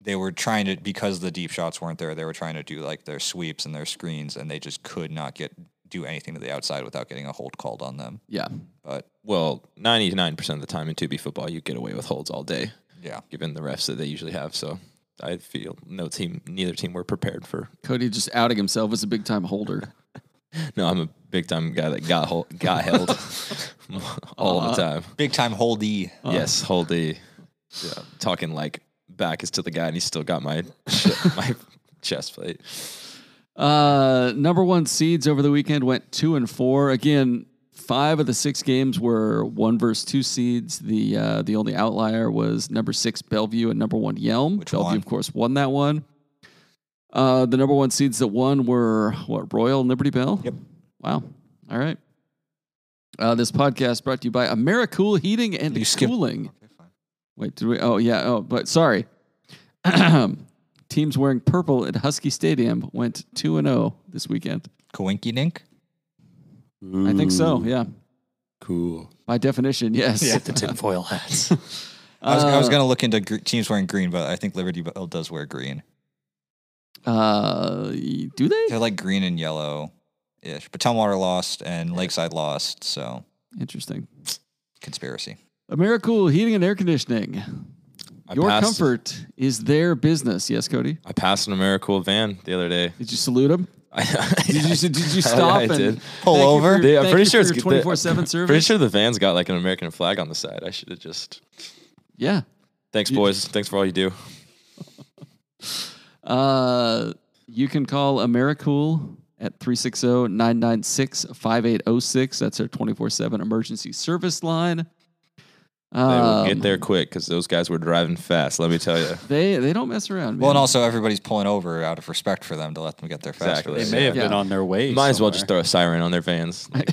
Speaker 2: they were trying to because the deep shots weren't there. They were trying to do like their sweeps and their screens, and they just could not get do anything to the outside without getting a hold called on them.
Speaker 1: yeah,
Speaker 2: But
Speaker 4: well, 99% of the time in 2B football, you get away with holds all day,
Speaker 2: yeah,
Speaker 4: given the refs that they usually have. So I feel no team, neither team were prepared for.
Speaker 1: Cody just outing himself as a big time holder.
Speaker 4: No, I'm a big time guy that got hol- got held all
Speaker 1: Uh,
Speaker 4: the time.
Speaker 2: Big time holdee.
Speaker 4: yes, hold the yeah, talking like back is to the guy, and he still got my ch- my chest plate.
Speaker 1: Uh, number one seeds over the weekend went two and four. Again, five of the six games were one versus two seeds. The uh, the only outlier was number six Bellevue and number one Yelm.
Speaker 2: Which
Speaker 1: Bellevue,
Speaker 2: won.
Speaker 1: of course, won that one. Uh, the number one seeds that won were what Royal and Liberty Bell.
Speaker 2: Yep.
Speaker 1: Wow. All right. Uh, this podcast brought to you by AmeriCool Heating and
Speaker 2: You skipped-
Speaker 1: Cooling.
Speaker 2: Okay, fine.
Speaker 1: Wait, did we? Oh, yeah. Oh, but sorry. Teams wearing purple at Husky Stadium went 2 and 0 this weekend.
Speaker 2: Coinky dink.
Speaker 1: I think so.
Speaker 4: Mm.
Speaker 3: Ooh,
Speaker 1: Yeah.
Speaker 4: Cool.
Speaker 1: By definition, yes.
Speaker 3: Yeah, the tinfoil hats.
Speaker 2: I was, I was
Speaker 1: Uh,
Speaker 2: going to look into gr- teams wearing green, but I think Liberty Bell does wear green.
Speaker 1: Uh, do they?
Speaker 2: They're like green and yellow ish. But Tumwater lost and Lakeside lost. So
Speaker 1: Interesting.
Speaker 2: conspiracy.
Speaker 1: AmeriCool Heating and Air Conditioning.
Speaker 4: I
Speaker 1: Your
Speaker 4: passed,
Speaker 1: comfort is their business. Yes, Cody.
Speaker 4: I passed an AmeriCool van the other day.
Speaker 1: Did you salute him?
Speaker 4: I,
Speaker 1: Did you, did you
Speaker 4: Hell yeah,
Speaker 1: stop
Speaker 4: I
Speaker 1: and
Speaker 4: did.
Speaker 2: Pull
Speaker 1: thank you for
Speaker 2: over?
Speaker 1: your-
Speaker 4: They- I'm
Speaker 1: thank
Speaker 4: pretty
Speaker 1: you
Speaker 4: sure
Speaker 1: for
Speaker 4: it's
Speaker 1: your
Speaker 4: they-
Speaker 1: 24/7 service.
Speaker 4: Pretty sure the van's got like an American flag on the side. I should have just.
Speaker 1: Yeah.
Speaker 4: Thanks,
Speaker 1: You-
Speaker 4: boys. Thanks for all you do.
Speaker 1: Uh, you can call AmeriCool at 360-996-5806. That's their 24-7 emergency service line.
Speaker 4: They will
Speaker 1: Um,
Speaker 4: get there quick because those guys were driving fast. Let me tell you.
Speaker 1: They, they don't mess around.
Speaker 2: Well,
Speaker 1: man.
Speaker 2: and also everybody's pulling over out of respect for them to let them get there faster.
Speaker 4: Exactly.
Speaker 3: They may have
Speaker 1: Yeah.
Speaker 3: been on their way.
Speaker 4: Might as well just
Speaker 3: somewhere.
Speaker 4: throw a siren on their vans. Like,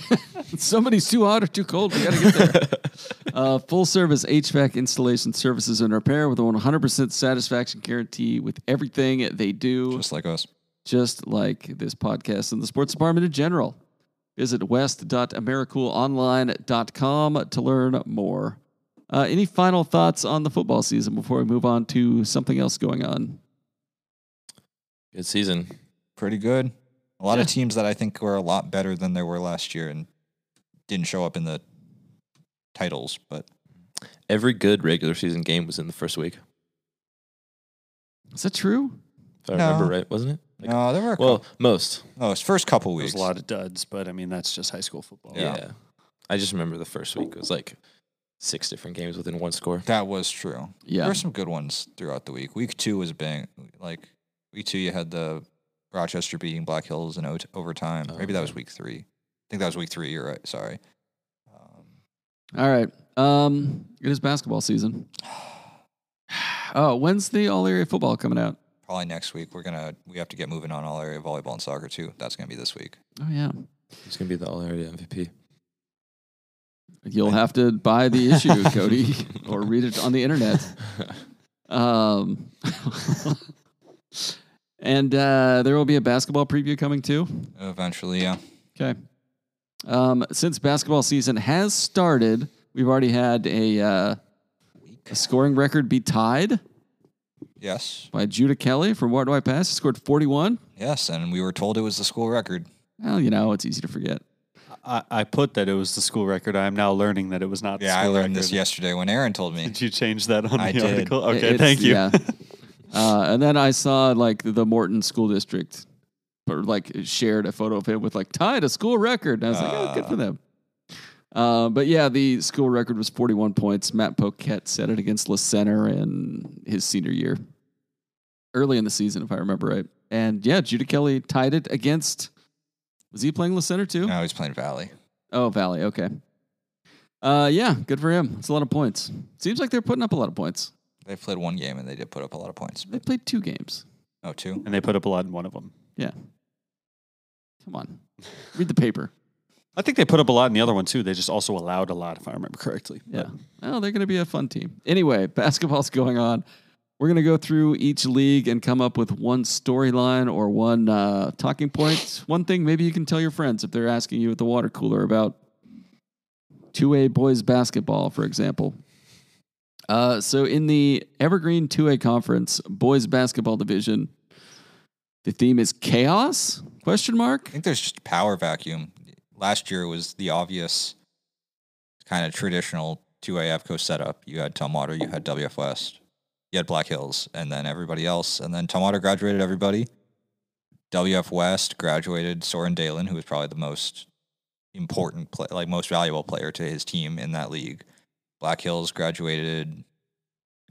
Speaker 1: Somebody's too hot or too cold. We got to get there. uh, full service HVAC installation services and repair with a 100% satisfaction guarantee with everything they do, just,
Speaker 2: Just like us.
Speaker 1: like this podcast and the sports department in general. Visit west.americoolonline.com to learn more. Uh, any final thoughts on the football season before we move on to something else going on?
Speaker 4: good season.
Speaker 2: Pretty good. A lot
Speaker 1: Yeah.
Speaker 2: of teams that I think were a lot better than they were last year and didn't show up in the titles, but
Speaker 4: Every good regular season game was in the first week.
Speaker 1: Is that true?
Speaker 4: If I
Speaker 2: No.
Speaker 4: remember right, wasn't it? Like,
Speaker 2: no, there were a couple,
Speaker 4: Well, most.
Speaker 2: no, it's first couple
Speaker 3: There was
Speaker 2: weeks.
Speaker 3: a lot of duds, but I mean that's just high school football.
Speaker 4: Yeah. I just remember the first week was like six different games within one score.
Speaker 2: that was true.
Speaker 1: Yeah.
Speaker 2: There were some good ones throughout the week. Week two was bang. Like week two, you had the Rochester beating Black Hills in ot- overtime.
Speaker 4: Oh,
Speaker 2: Maybe that
Speaker 4: okay.
Speaker 2: was week three. I think that was week three. You're right. Sorry. Um,
Speaker 1: All right. Um, it is basketball season. Oh, when's the all area football coming out?
Speaker 2: probably next week we're gonna we have to get moving on all area volleyball and soccer too. That's gonna be this week.
Speaker 1: Oh yeah.
Speaker 4: He's going to be the all area MVP.
Speaker 1: You'll have to buy the issue, Cody, or read it on the internet. Um, and uh, there will be a basketball preview coming too.
Speaker 2: Eventually, yeah.
Speaker 1: Okay. Um, since basketball season has started, we've already had a, uh, a scoring record be tied
Speaker 2: Yes.
Speaker 1: by Judah Kelly from Ward White Pass. He scored 41.
Speaker 2: Yes, and we were told it was the school record.
Speaker 1: Well, you know, it's easy to forget.
Speaker 3: I, I put that it was the school record. I am now learning that it was not.
Speaker 2: Yeah,
Speaker 3: the
Speaker 2: I
Speaker 3: school
Speaker 2: learned this
Speaker 3: record.
Speaker 2: yesterday when Aaron told me.
Speaker 3: Did you change that on
Speaker 2: I
Speaker 3: the
Speaker 2: did.
Speaker 3: article?
Speaker 1: It-
Speaker 3: Okay,
Speaker 1: it's-
Speaker 3: thank you.
Speaker 1: Yeah. uh, and then I saw like the Morton School District, or like shared a photo of him with like tied a school record. And I was like, oh, good for them. Uh, but yeah, the school record was 41 points. Matt Poquette set it against Le Center in his senior year, early in the season, if I remember right. And yeah, Judah Kelly tied it against. Was he playing Le Center too?
Speaker 2: No, he's playing Valley.
Speaker 1: Oh, Valley. Okay. Uh, yeah, good for him. It's a lot of points. Seems like they're putting up a lot of points.
Speaker 2: They played one game and they did put up a lot of points.
Speaker 1: They played two games.
Speaker 2: Oh, two.
Speaker 3: And they put up a lot in one of them.
Speaker 1: Come on, read the paper.
Speaker 3: I think they put up a lot in the other one too. They just also allowed a lot, if I remember correctly.
Speaker 1: Yeah. Oh, they're going to be a fun team. Anyway, basketball's going on. We're going to go through each league and come up with one storyline or one uh, talking point. One thing maybe you can tell your friends if they're asking you at the water cooler about 2A boys basketball, for example. Uh, so in the Evergreen 2A conference boys basketball division, the theme is chaos? Question mark.
Speaker 2: I think there's just a power vacuum. Last year was the obvious kind of traditional 2A AFCO setup. You had Tumwater, you had WFS. you had Black Hills, and then everybody else, and then Tom Otter graduated everybody. WF West graduated Soren Dalen, who was probably the most important, play, like most valuable player to his team in that league. Black Hills graduated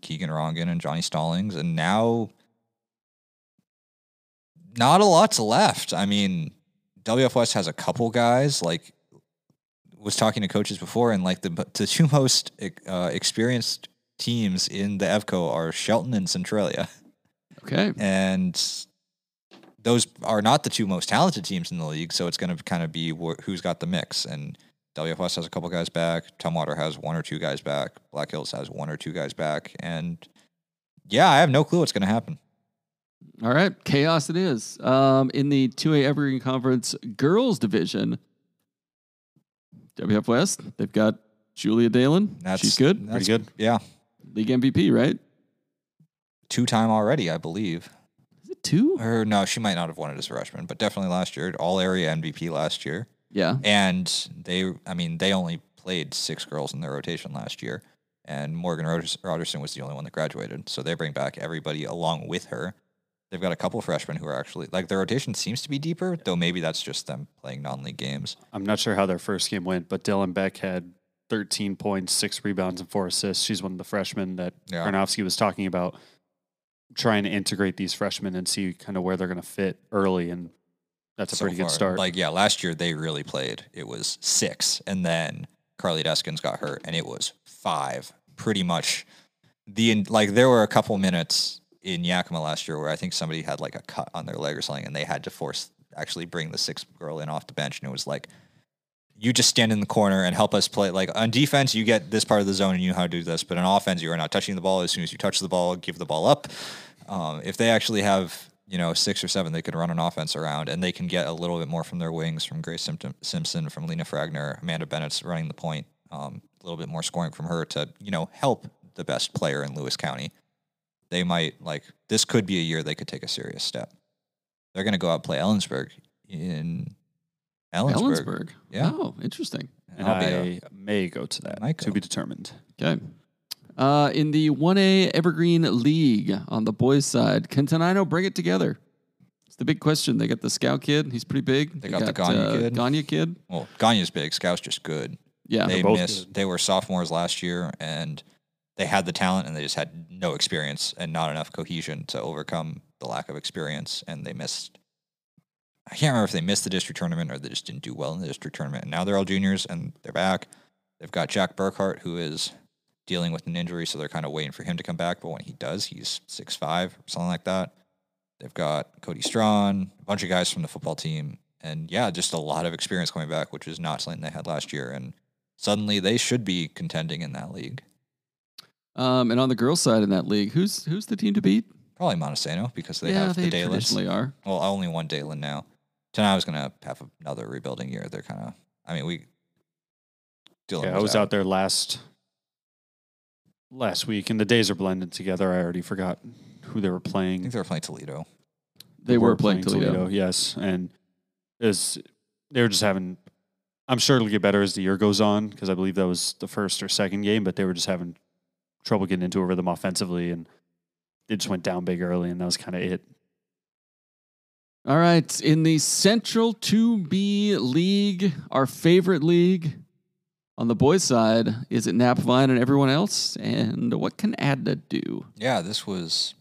Speaker 2: Keegan Rongan and Johnny Stallings, and now not a lot's left. I mean, WF West has a couple guys like was talking to coaches before, and like the the two most uh, experienced teams in the EVCO are Shelton and Centralia,
Speaker 1: Okay.
Speaker 2: and those are not the two most talented teams in the league. So it's going to kind of be wh- who's got the mix. And WFS has a couple guys back. Tumwater has one or two guys back. Black Hills has one or two guys back. And yeah, I have no clue what's going to happen.
Speaker 1: All right, chaos it is. Um, in the 2A Evergreen Conference girls division, WF West, they've got Julia Dalen.
Speaker 2: That's
Speaker 1: She's good.
Speaker 2: that's-
Speaker 3: good.
Speaker 2: Yeah,
Speaker 1: League MVP, right?
Speaker 2: two time already, I believe.
Speaker 1: Is it two?
Speaker 2: Or no, she might not have won it as a freshman, but definitely last year, all area MVP last year.
Speaker 1: Yeah.
Speaker 2: And they, I mean, they only played six girls in their rotation last year. And Morgan Rodgers- Roderson was the only one that graduated. So they bring back everybody along with her. They've got a couple freshmen who are actually, like, their rotation seems to be deeper, though maybe that's just them playing non league games.
Speaker 3: I'm not sure how their first game went, but Dylan Beck had 13 points, six rebounds, and four assists. She's one of the freshmen that
Speaker 2: Yeah.
Speaker 3: Karnofsky was talking about, trying to integrate these freshmen and see kind of where they're going to fit early. And that's a
Speaker 2: so
Speaker 3: pretty
Speaker 2: far.
Speaker 3: good start.
Speaker 2: Like, yeah, last year they really played. It was six, and then Carly Deskins got hurt, and it was five. Pretty much the en- like there were a couple minutes in Yakima last year where I think somebody had like a cut on their leg or something, and they had to force actually bring the sixth girl in off the bench, and it was like. You just stand in the corner and help us play. Like on defense, you get this part of the zone and you know how to do this. But on offense, you are not touching the ball. As soon as you touch the ball, give the ball up um, if they actually have you know six or seven, they could run an offense around, and they can get a little bit more from their wings from Grace Simpton, Simpson, from Lena Fragner, Amanda Bennett's running the point, um, a little bit more scoring from her to you know help the best player in Lewis County. They might like this could be a year they could take a serious step. They're going to go out and play Ellensburg in Ellensburg.
Speaker 1: Ellensburg.
Speaker 2: Yeah.
Speaker 1: Oh, interesting.
Speaker 3: and
Speaker 2: I'll
Speaker 3: I
Speaker 2: be a-
Speaker 3: may go to that.
Speaker 2: Might
Speaker 3: To
Speaker 2: go.
Speaker 3: be determined.
Speaker 1: Okay. Uh, in the 1A Evergreen League on the boys' side, can Tenino bring it together? It's the big question. They got the Scout kid. He's pretty big.
Speaker 2: They got the Gagne kid.
Speaker 1: Gagne kid.
Speaker 2: well, Gagne's big. Scout's just good.
Speaker 1: Yeah.
Speaker 2: they
Speaker 3: both
Speaker 2: missed. They were sophomores last year, and they had the talent, and they just had no experience and not enough cohesion to overcome the lack of experience. And they missed. I can't remember if they missed the district tournament or they just didn't do well in the district tournament. And now they're all juniors, and they're back. They've got Jack Burkhart, who is dealing with an injury, so they're kind of waiting for him to come back. But when he does, he's six five or something like that. They've got Cody Strawn, a bunch of guys from the football team, and yeah, just a lot of experience coming back, which is not something they had last year. And suddenly they should be contending in that league.
Speaker 1: Um, and on the girls' side in that league, who's who's the team to beat?
Speaker 2: Probably Montesano because they
Speaker 1: yeah,
Speaker 2: have
Speaker 1: they
Speaker 2: the Dalins.
Speaker 1: traditionally are.
Speaker 2: Well, only one Dalen now. Tonight was gonna have another rebuilding year. They're kind of. I mean, we. Dylan
Speaker 3: Yeah, I was out. there last last week, and the days are blended together. I already forgot who they were
Speaker 2: I
Speaker 3: playing.
Speaker 2: think they were playing Toledo.
Speaker 1: They were playing Toledo.
Speaker 3: Yes, and is they were just having. I'm sure it'll get better as the year goes on because I believe that was the first or second game, but they were just having trouble getting into a rhythm offensively, and they just went down big early, and that was kind of it.
Speaker 1: All right. In the Central 2B League, our favorite league on the boys' side, is it Napvine and everyone else? And what can Adna do?
Speaker 2: Yeah, this was.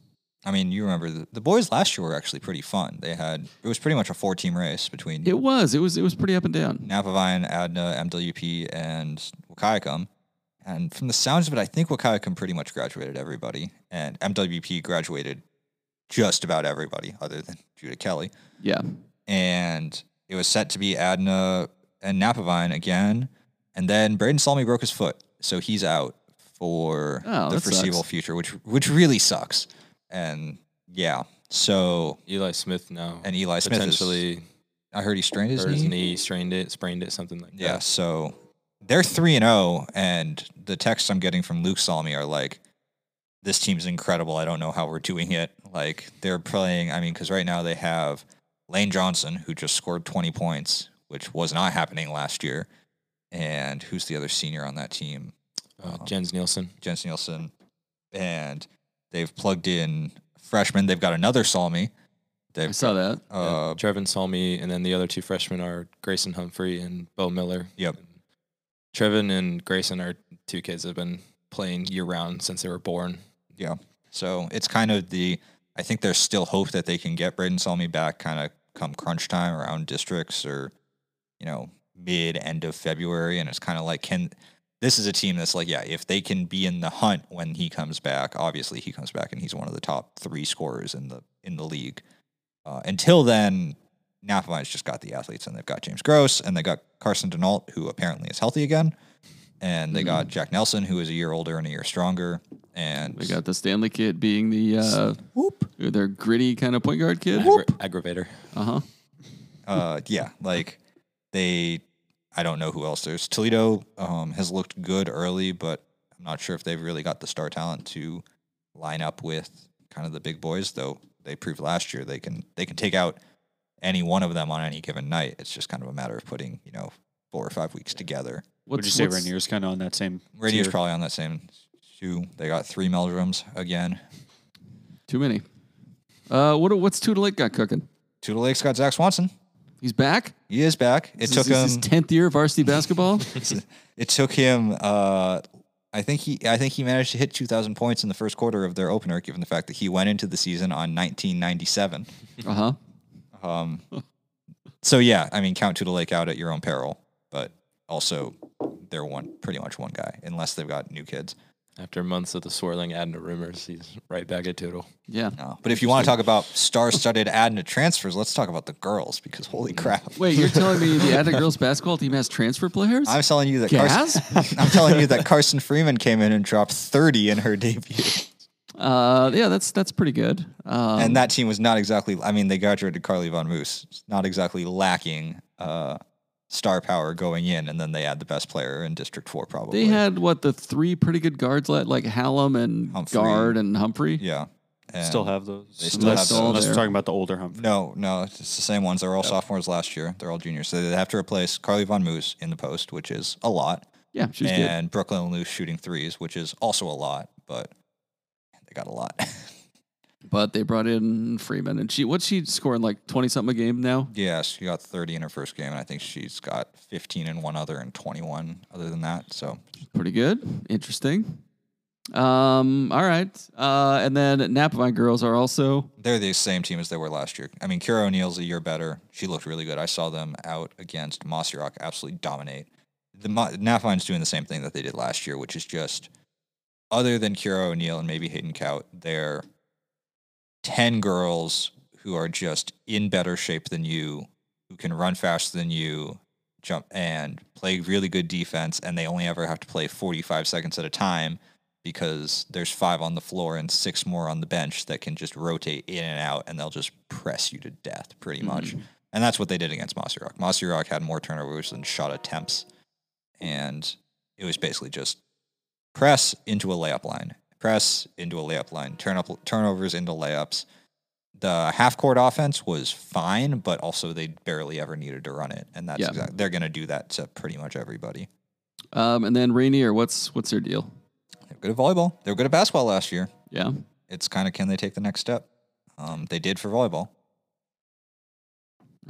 Speaker 2: I mean, you remember the, the boys last year were actually pretty fun. They had it was pretty much a four team race between
Speaker 1: It was. It was it was pretty up and down.
Speaker 2: Napavine, Adna, MWP, and Wakayakum. And from the sounds of it, I think Wakayakum pretty much graduated everybody, and MWP graduated just about everybody other than Judah Kelly.
Speaker 1: Yeah.
Speaker 2: And it was set to be Adna and Napavine again. And then Braden Salmi broke his foot, so he's out for
Speaker 1: Oh,
Speaker 2: the
Speaker 1: that sucks.
Speaker 2: foreseeable future, which which really sucks. And yeah, so
Speaker 4: Eli Smith now
Speaker 2: and Eli Smith is,
Speaker 4: potentially
Speaker 2: I heard he strained his
Speaker 4: hurt his
Speaker 2: knee.
Speaker 4: knee, strained it, sprained it, something like
Speaker 2: Yeah,
Speaker 4: that.
Speaker 2: so they're three and zero, and the texts I'm getting from Luke Salmi are like, "This team's incredible. I don't know how we're doing it. Like they're playing. I mean, because right now they have Lane Johnson, who just scored 20 points, which was not happening last year, and who's the other senior on that team?
Speaker 4: Uh, Jens Nielsen.
Speaker 2: Jens Nielsen, and They've plugged in freshmen. They've got another Salmi.
Speaker 1: I
Speaker 2: They've
Speaker 1: saw that.
Speaker 2: uh,
Speaker 4: yeah, Trevin Salmi, and then the other two freshmen are Grayson Humphrey and Bo Miller.
Speaker 2: Yep.
Speaker 4: Trevin and Grayson are two kids that have been playing year round since they were born.
Speaker 2: So it's kind of the I think there's still hope that they can get Braden Salmi back kind of come crunch time around districts or you know mid end of February and it's kind of like can this is a team that's like yeah if they can be in the hunt when he comes back obviously he comes back and he's one of the top 3 scorers in the in the league. Uh, until then Napa Mines just got the athletes and they've got James Gross and they got Carson Denault who apparently is healthy again and they got Jack Nelson who is a year older and a year stronger and
Speaker 1: We got the Stanley kid being the uh,
Speaker 2: whoop
Speaker 1: their gritty kind of point guard kid.
Speaker 4: Aggra- aggravator.
Speaker 1: Uh huh.
Speaker 2: uh, yeah, like they, I don't know who else there's. Toledo um, has looked good early, but I'm not sure if they've really got the star talent to line up with kind of the big boys. Though they proved last year they can they can take out any one of them on any given night. It's just kind of a matter of putting you know four or five weeks together.
Speaker 3: Would you say Rainier's kind of on that same
Speaker 2: Radio's
Speaker 3: tier?
Speaker 2: probably on that same shoe. They got three Meldrums again.
Speaker 1: Too many. Uh, what what's Tutor Lake got cooking?
Speaker 2: Toledo Lake's got Zach Swanson.
Speaker 1: He's back.
Speaker 2: He is back. It
Speaker 1: This is
Speaker 2: took him
Speaker 1: his tenth year of varsity basketball.
Speaker 2: it took him uh I think he I think he managed to hit 2000 points in the first quarter of their opener given the fact that he went into the season on 1997.
Speaker 1: Uh huh.
Speaker 2: Um so yeah, I mean count to the lake out at your own peril, but also they're one pretty much one guy unless they've got new kids.
Speaker 4: After months of the swirling Adna rumors, he's right back at Toodle.
Speaker 1: Yeah.
Speaker 2: No. But if you want to talk about star-studded adna transfers, let's talk about the girls because holy crap.
Speaker 1: Wait, you're telling me the Atlanta girls basketball team has transfer players?
Speaker 2: I'm telling you that
Speaker 1: Gas?
Speaker 2: Carson, I'm telling you that Carson Freeman came in and dropped 30 in her debut.
Speaker 1: Uh, yeah, that's that's pretty good. Um,
Speaker 2: and that team was not exactly. I mean, they graduated Carly Von Moose, It's not exactly lacking uh, star power going in, and then they had the best player in District Four, probably.
Speaker 1: they had what the three pretty good guards let like Hallam and
Speaker 2: Humphrey.
Speaker 1: Guard and Humphrey.
Speaker 2: yeah, and
Speaker 3: Still have those.
Speaker 2: They still
Speaker 3: unless,
Speaker 2: have those.
Speaker 3: unless we're
Speaker 1: There.
Speaker 3: talking about the older Humphrey.
Speaker 2: no, no, it's the same ones. They're all sophomores last year. They're all juniors, so they have to replace Carly Von Moose in the post, which is a lot,
Speaker 1: yeah, she's good.
Speaker 2: and Brooklyn Loose shooting threes, which is also a lot, but they got a lot.
Speaker 1: But they brought in Freeman, and she what's she scoring like twenty something a game now?
Speaker 2: yeah, she got 30 in her first game, and I think she's got 15 in one other and 21 other than that. So
Speaker 1: Pretty good. Interesting. Um, all right. Uh, and then Napavine girls are also
Speaker 2: They're the same team as they were last year. I mean, Kira O'Neal's a year better. She looked really good. I saw them out against Mossy Rock absolutely dominate. The Mo- Nafine's doing the same thing that they did last year, which is just other than Kira O'Neal and maybe Hayden Cout, they're ten girls who are just in better shape than you, who can run faster than you, jump and play really good defense, and they only ever have to play forty-five seconds at a time because there's five on the floor and six more on the bench that can just rotate in and out and they'll just press you to death pretty much. And that's what they did against Mossy Rock. Mossy Rock had more turnovers than shot attempts. And it was basically just press into a layup line, press into a layup line, turn up turnovers into layups. The half court offense was fine, but also they barely ever needed to run it. And that's
Speaker 1: Yeah.
Speaker 2: exact they're gonna do that to pretty much everybody.
Speaker 1: um and then Rainier, what's what's their deal?
Speaker 2: They're good at volleyball. They were good at basketball last year.
Speaker 1: Yeah.
Speaker 2: it's kind of can they take the next step? Um, they did for volleyball.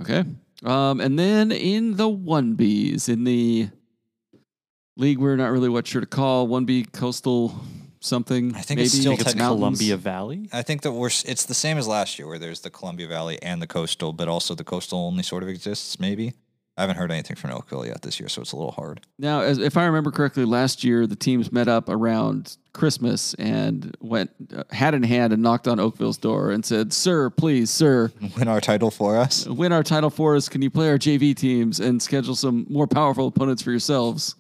Speaker 1: Okay. Um, and then in the one Bs in the league, we're not really what sure to call one B coastal something.
Speaker 2: I think
Speaker 1: maybe.
Speaker 2: it's still
Speaker 3: It's
Speaker 2: Mountains.
Speaker 3: Columbia Valley.
Speaker 2: I think that we're s- it's the same as last year, where there's the Columbia Valley and the coastal, but also the coastal only sort of exists. Maybe I haven't heard anything from Oakville yet this year, so it's a little hard.
Speaker 1: Now, as, if I remember correctly, last year the teams met up around Christmas and went uh, hand in hand and knocked on Oakville's door and said, "Sir, please, sir,
Speaker 2: Win our title for us.
Speaker 1: win our title for us. Can you play our JV teams and schedule some more powerful opponents for yourselves?"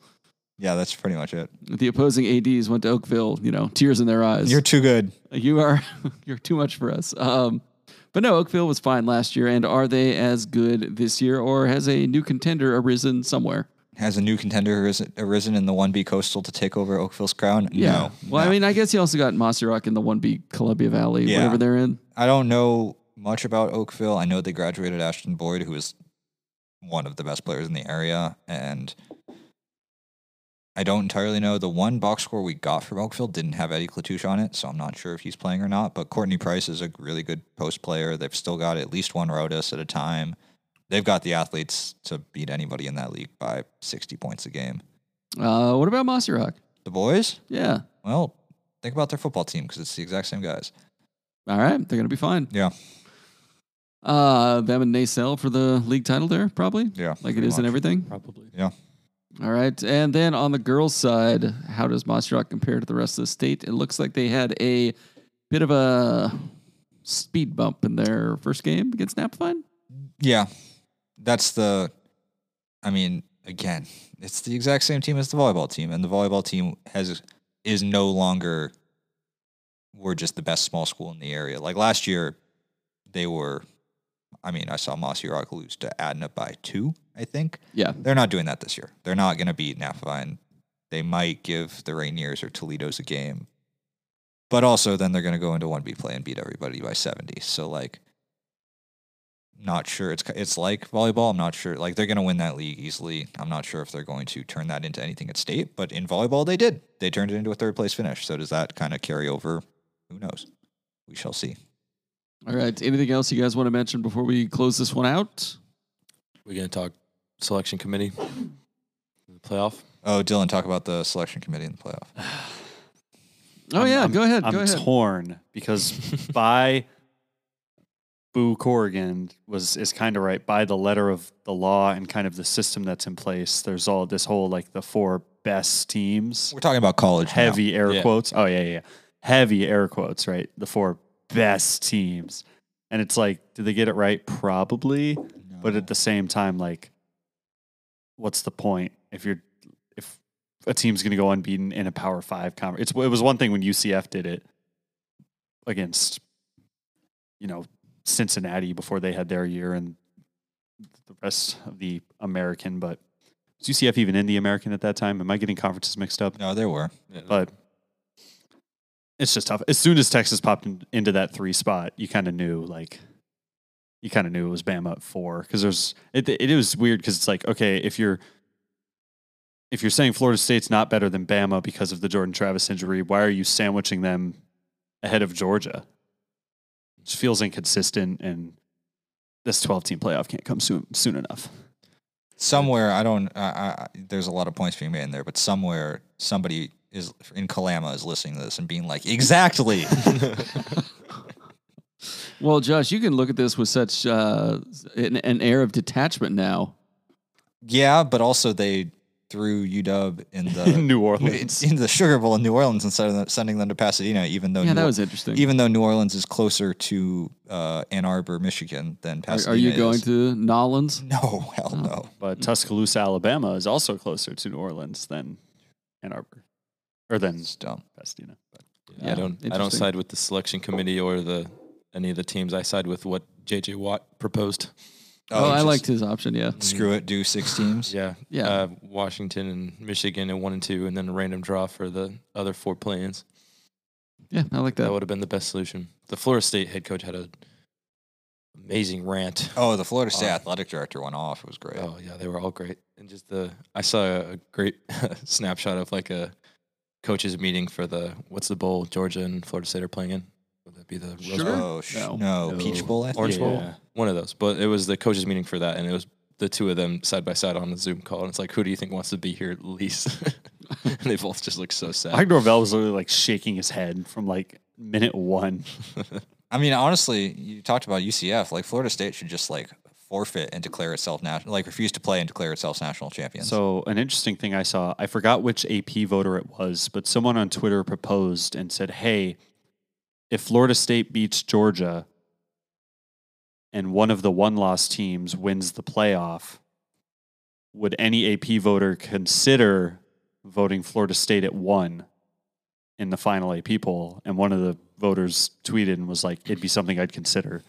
Speaker 2: Yeah, that's pretty much it.
Speaker 1: The opposing ads went to Oakville, you know, tears in their eyes.
Speaker 2: You're too good.
Speaker 1: You are you're too much for us. Um, but no, Oakville was fine last year, and are they as good this year, or has a new contender arisen somewhere?
Speaker 2: Has a new contender arisen, arisen in the one B coastal to take over Oakville's crown? No.
Speaker 1: well, I
Speaker 2: No.
Speaker 1: mean, I guess you also got Mossy Rock in the one B Columbia Valley,
Speaker 2: Yeah.
Speaker 1: whatever they're in.
Speaker 2: I don't know much about Oakville. I know they graduated Ashton Boyd, who is one of the best players in the area, and I don't entirely know. The one box score we got for Elkfield didn't have Eddie Clatouche on it, so I'm not sure if he's playing or not. But Courtney Price is a really good post player. They've still got at least one Rodas at a time. They've got the athletes to beat anybody in that league by 60 points a game.
Speaker 1: Uh, what about Mossy Rock?
Speaker 2: The boys,
Speaker 1: Yeah.
Speaker 2: well, think about their football team because it's the exact same guys.
Speaker 1: All right. They're going to be fine.
Speaker 2: Yeah,
Speaker 1: Uh, them and Nacelle for the league title there, probably,
Speaker 2: yeah.
Speaker 1: like it
Speaker 2: pretty
Speaker 1: is in
Speaker 2: much.
Speaker 1: everything.
Speaker 4: Probably.
Speaker 1: All right. And then on the girls' side, how does Mossy Rock compare to the rest of the state? It looks like they had a bit of a speed bump in their first game against Napfine.
Speaker 2: Yeah, that's the. I mean, again, it's the exact same team as the volleyball team, and the volleyball team has is no longer. We're just the best small school in the area. Like last year, they were. I mean, I saw Mossy Rock lose to Adna by two. I think
Speaker 1: Yeah.
Speaker 2: they're not doing that this year. They're not going to beat Nafvine. They might give the Rainiers or Toledo's a game, but also then they're going to go into one B play and beat everybody by seventy. So like, not sure. It's ki- it's like volleyball. I'm not sure. Like they're going to win that league easily. I'm not sure if they're going to turn that into anything at state. But in volleyball, they did. They turned it into a third place finish. So does that kind of carry over? Who knows? We shall see.
Speaker 1: All right. Anything else you guys want to mention before we close this one out?
Speaker 4: We're gonna talk selection committee, the playoff.
Speaker 2: Oh, Dylan, talk about the selection committee in the playoff.
Speaker 1: Oh,
Speaker 3: I'm-
Speaker 1: yeah.
Speaker 3: I'm-
Speaker 1: go ahead.
Speaker 3: I'm
Speaker 1: go ahead.
Speaker 3: torn because by Boo Corrigan was is kind of right by the letter of the law and kind of the system that's in place. There's all this whole like the four best teams,
Speaker 2: We're talking about college. now.
Speaker 3: heavy air
Speaker 4: Yeah.
Speaker 3: quotes. Oh yeah, yeah, yeah, heavy air quotes. Right, the four best teams, and it's like, did they get it right? Probably, but at the same time, like, what's the point if you're if a team's going to go unbeaten in a Power Five conference? It's it was one thing when UCF did it against, you know, Cincinnati before they had their year and the rest of the American, but. Was UCF even in the American at that time? Am I getting conferences mixed up?
Speaker 2: no, there were.
Speaker 4: Yeah,
Speaker 3: but it's just tough. As soon as Texas popped in, into that three spot, you kind of knew like you kind of knew it was Bama at four because there's it, it. was weird because it's like okay, if you're if you're saying Florida State's not better than Bama because of the Jordan Travis injury, why are you sandwiching them ahead of Georgia? It just feels inconsistent, and this 12 team playoff can't come soon soon enough.
Speaker 2: somewhere I don't. I, I, I- there's a lot of points being made in there, but somewhere somebody is in Kalama is listening to this and being like, exactly.
Speaker 1: Well, Josh, you can look at this with such uh, an, an air of detachment now.
Speaker 2: yeah, but also they threw UW in
Speaker 3: in
Speaker 2: the
Speaker 3: New Orleans,
Speaker 2: in the Sugar Bowl in New Orleans instead of sending them to Pasadena, even though
Speaker 1: yeah,
Speaker 2: New
Speaker 1: that
Speaker 2: Or-
Speaker 1: was interesting.
Speaker 2: Oh, even though New Orleans is closer to uh, Ann Arbor, Michigan than
Speaker 1: Are-
Speaker 2: Pasadena.
Speaker 1: are you
Speaker 2: is.
Speaker 1: going to Oh. Nolans?
Speaker 2: No, hell no.
Speaker 3: But Tuscaloosa, Alabama is also closer to New Orleans than Ann Arbor or than
Speaker 2: It's dumb.
Speaker 3: Pasadena.
Speaker 1: Yeah,
Speaker 4: I don't. I don't
Speaker 1: interesting.
Speaker 4: side with the selection committee or the any of the teams. I side with what JJ Watt proposed.
Speaker 1: Oh, I
Speaker 2: just
Speaker 1: liked his option. Yeah.
Speaker 2: Screw it. Do six teams.
Speaker 4: Yeah,
Speaker 1: Yeah.
Speaker 4: Uh, Washington and Michigan at one and two, and then a random draw for the other four play-ins.
Speaker 1: Yeah, I like
Speaker 4: That
Speaker 1: that.
Speaker 4: would have been the best solution. The Florida State head coach had an amazing rant.
Speaker 2: Oh, the Florida State
Speaker 4: Oh.
Speaker 2: athletic director went off. It was great.
Speaker 4: Oh yeah, they were all great. And just the I saw a great snapshot of like a coaches meeting for the what's the bowl Georgia and Florida State are playing in. Would that be the Rose
Speaker 1: Sure.
Speaker 4: Bowl?
Speaker 2: Oh, sh-
Speaker 1: No.
Speaker 2: no. Peach
Speaker 4: No.
Speaker 2: Bowl. I think.
Speaker 4: Orange Bowl? One of those. But it was the coaches meeting for that and it was the two of them side by side on the Zoom call and it's like who do you think wants to be here least? and they both just look so sad.
Speaker 3: Mike Norvell was literally like shaking his head from like minute one.
Speaker 2: I mean, honestly, you talked about UCF. Like Florida State should just like forfeit and declare itself national, like refuse to play and declare itself national champions.
Speaker 3: So an interesting thing I saw, I forgot which AP voter it was, but someone on Twitter proposed and said, "Hey, if Florida State beats Georgia and one of the one-loss teams wins the playoff, would any AP voter consider voting Florida State at 1 in the final AP poll?" And one of the voters tweeted and was like, "It'd be something I'd consider."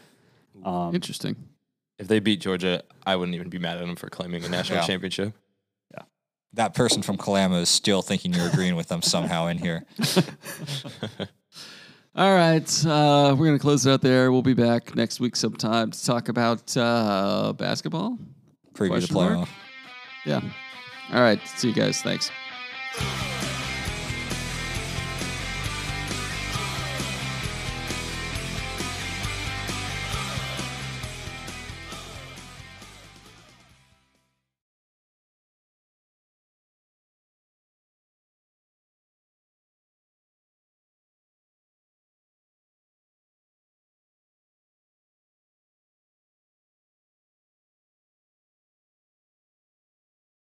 Speaker 3: Um,
Speaker 1: Interesting.
Speaker 4: If they beat Georgia, I wouldn't even be mad at them for claiming a national
Speaker 2: Yeah.
Speaker 4: championship.
Speaker 2: that person from Kalama is still thinking you're agreeing with them somehow in here.
Speaker 1: All right, uh, we're gonna close it out there. We'll be back next week sometime to talk about uh, basketball.
Speaker 2: Preview the
Speaker 1: Question mark?
Speaker 2: playoff.
Speaker 1: Yeah. All right. See you guys. Thanks.
Speaker 5: Bye.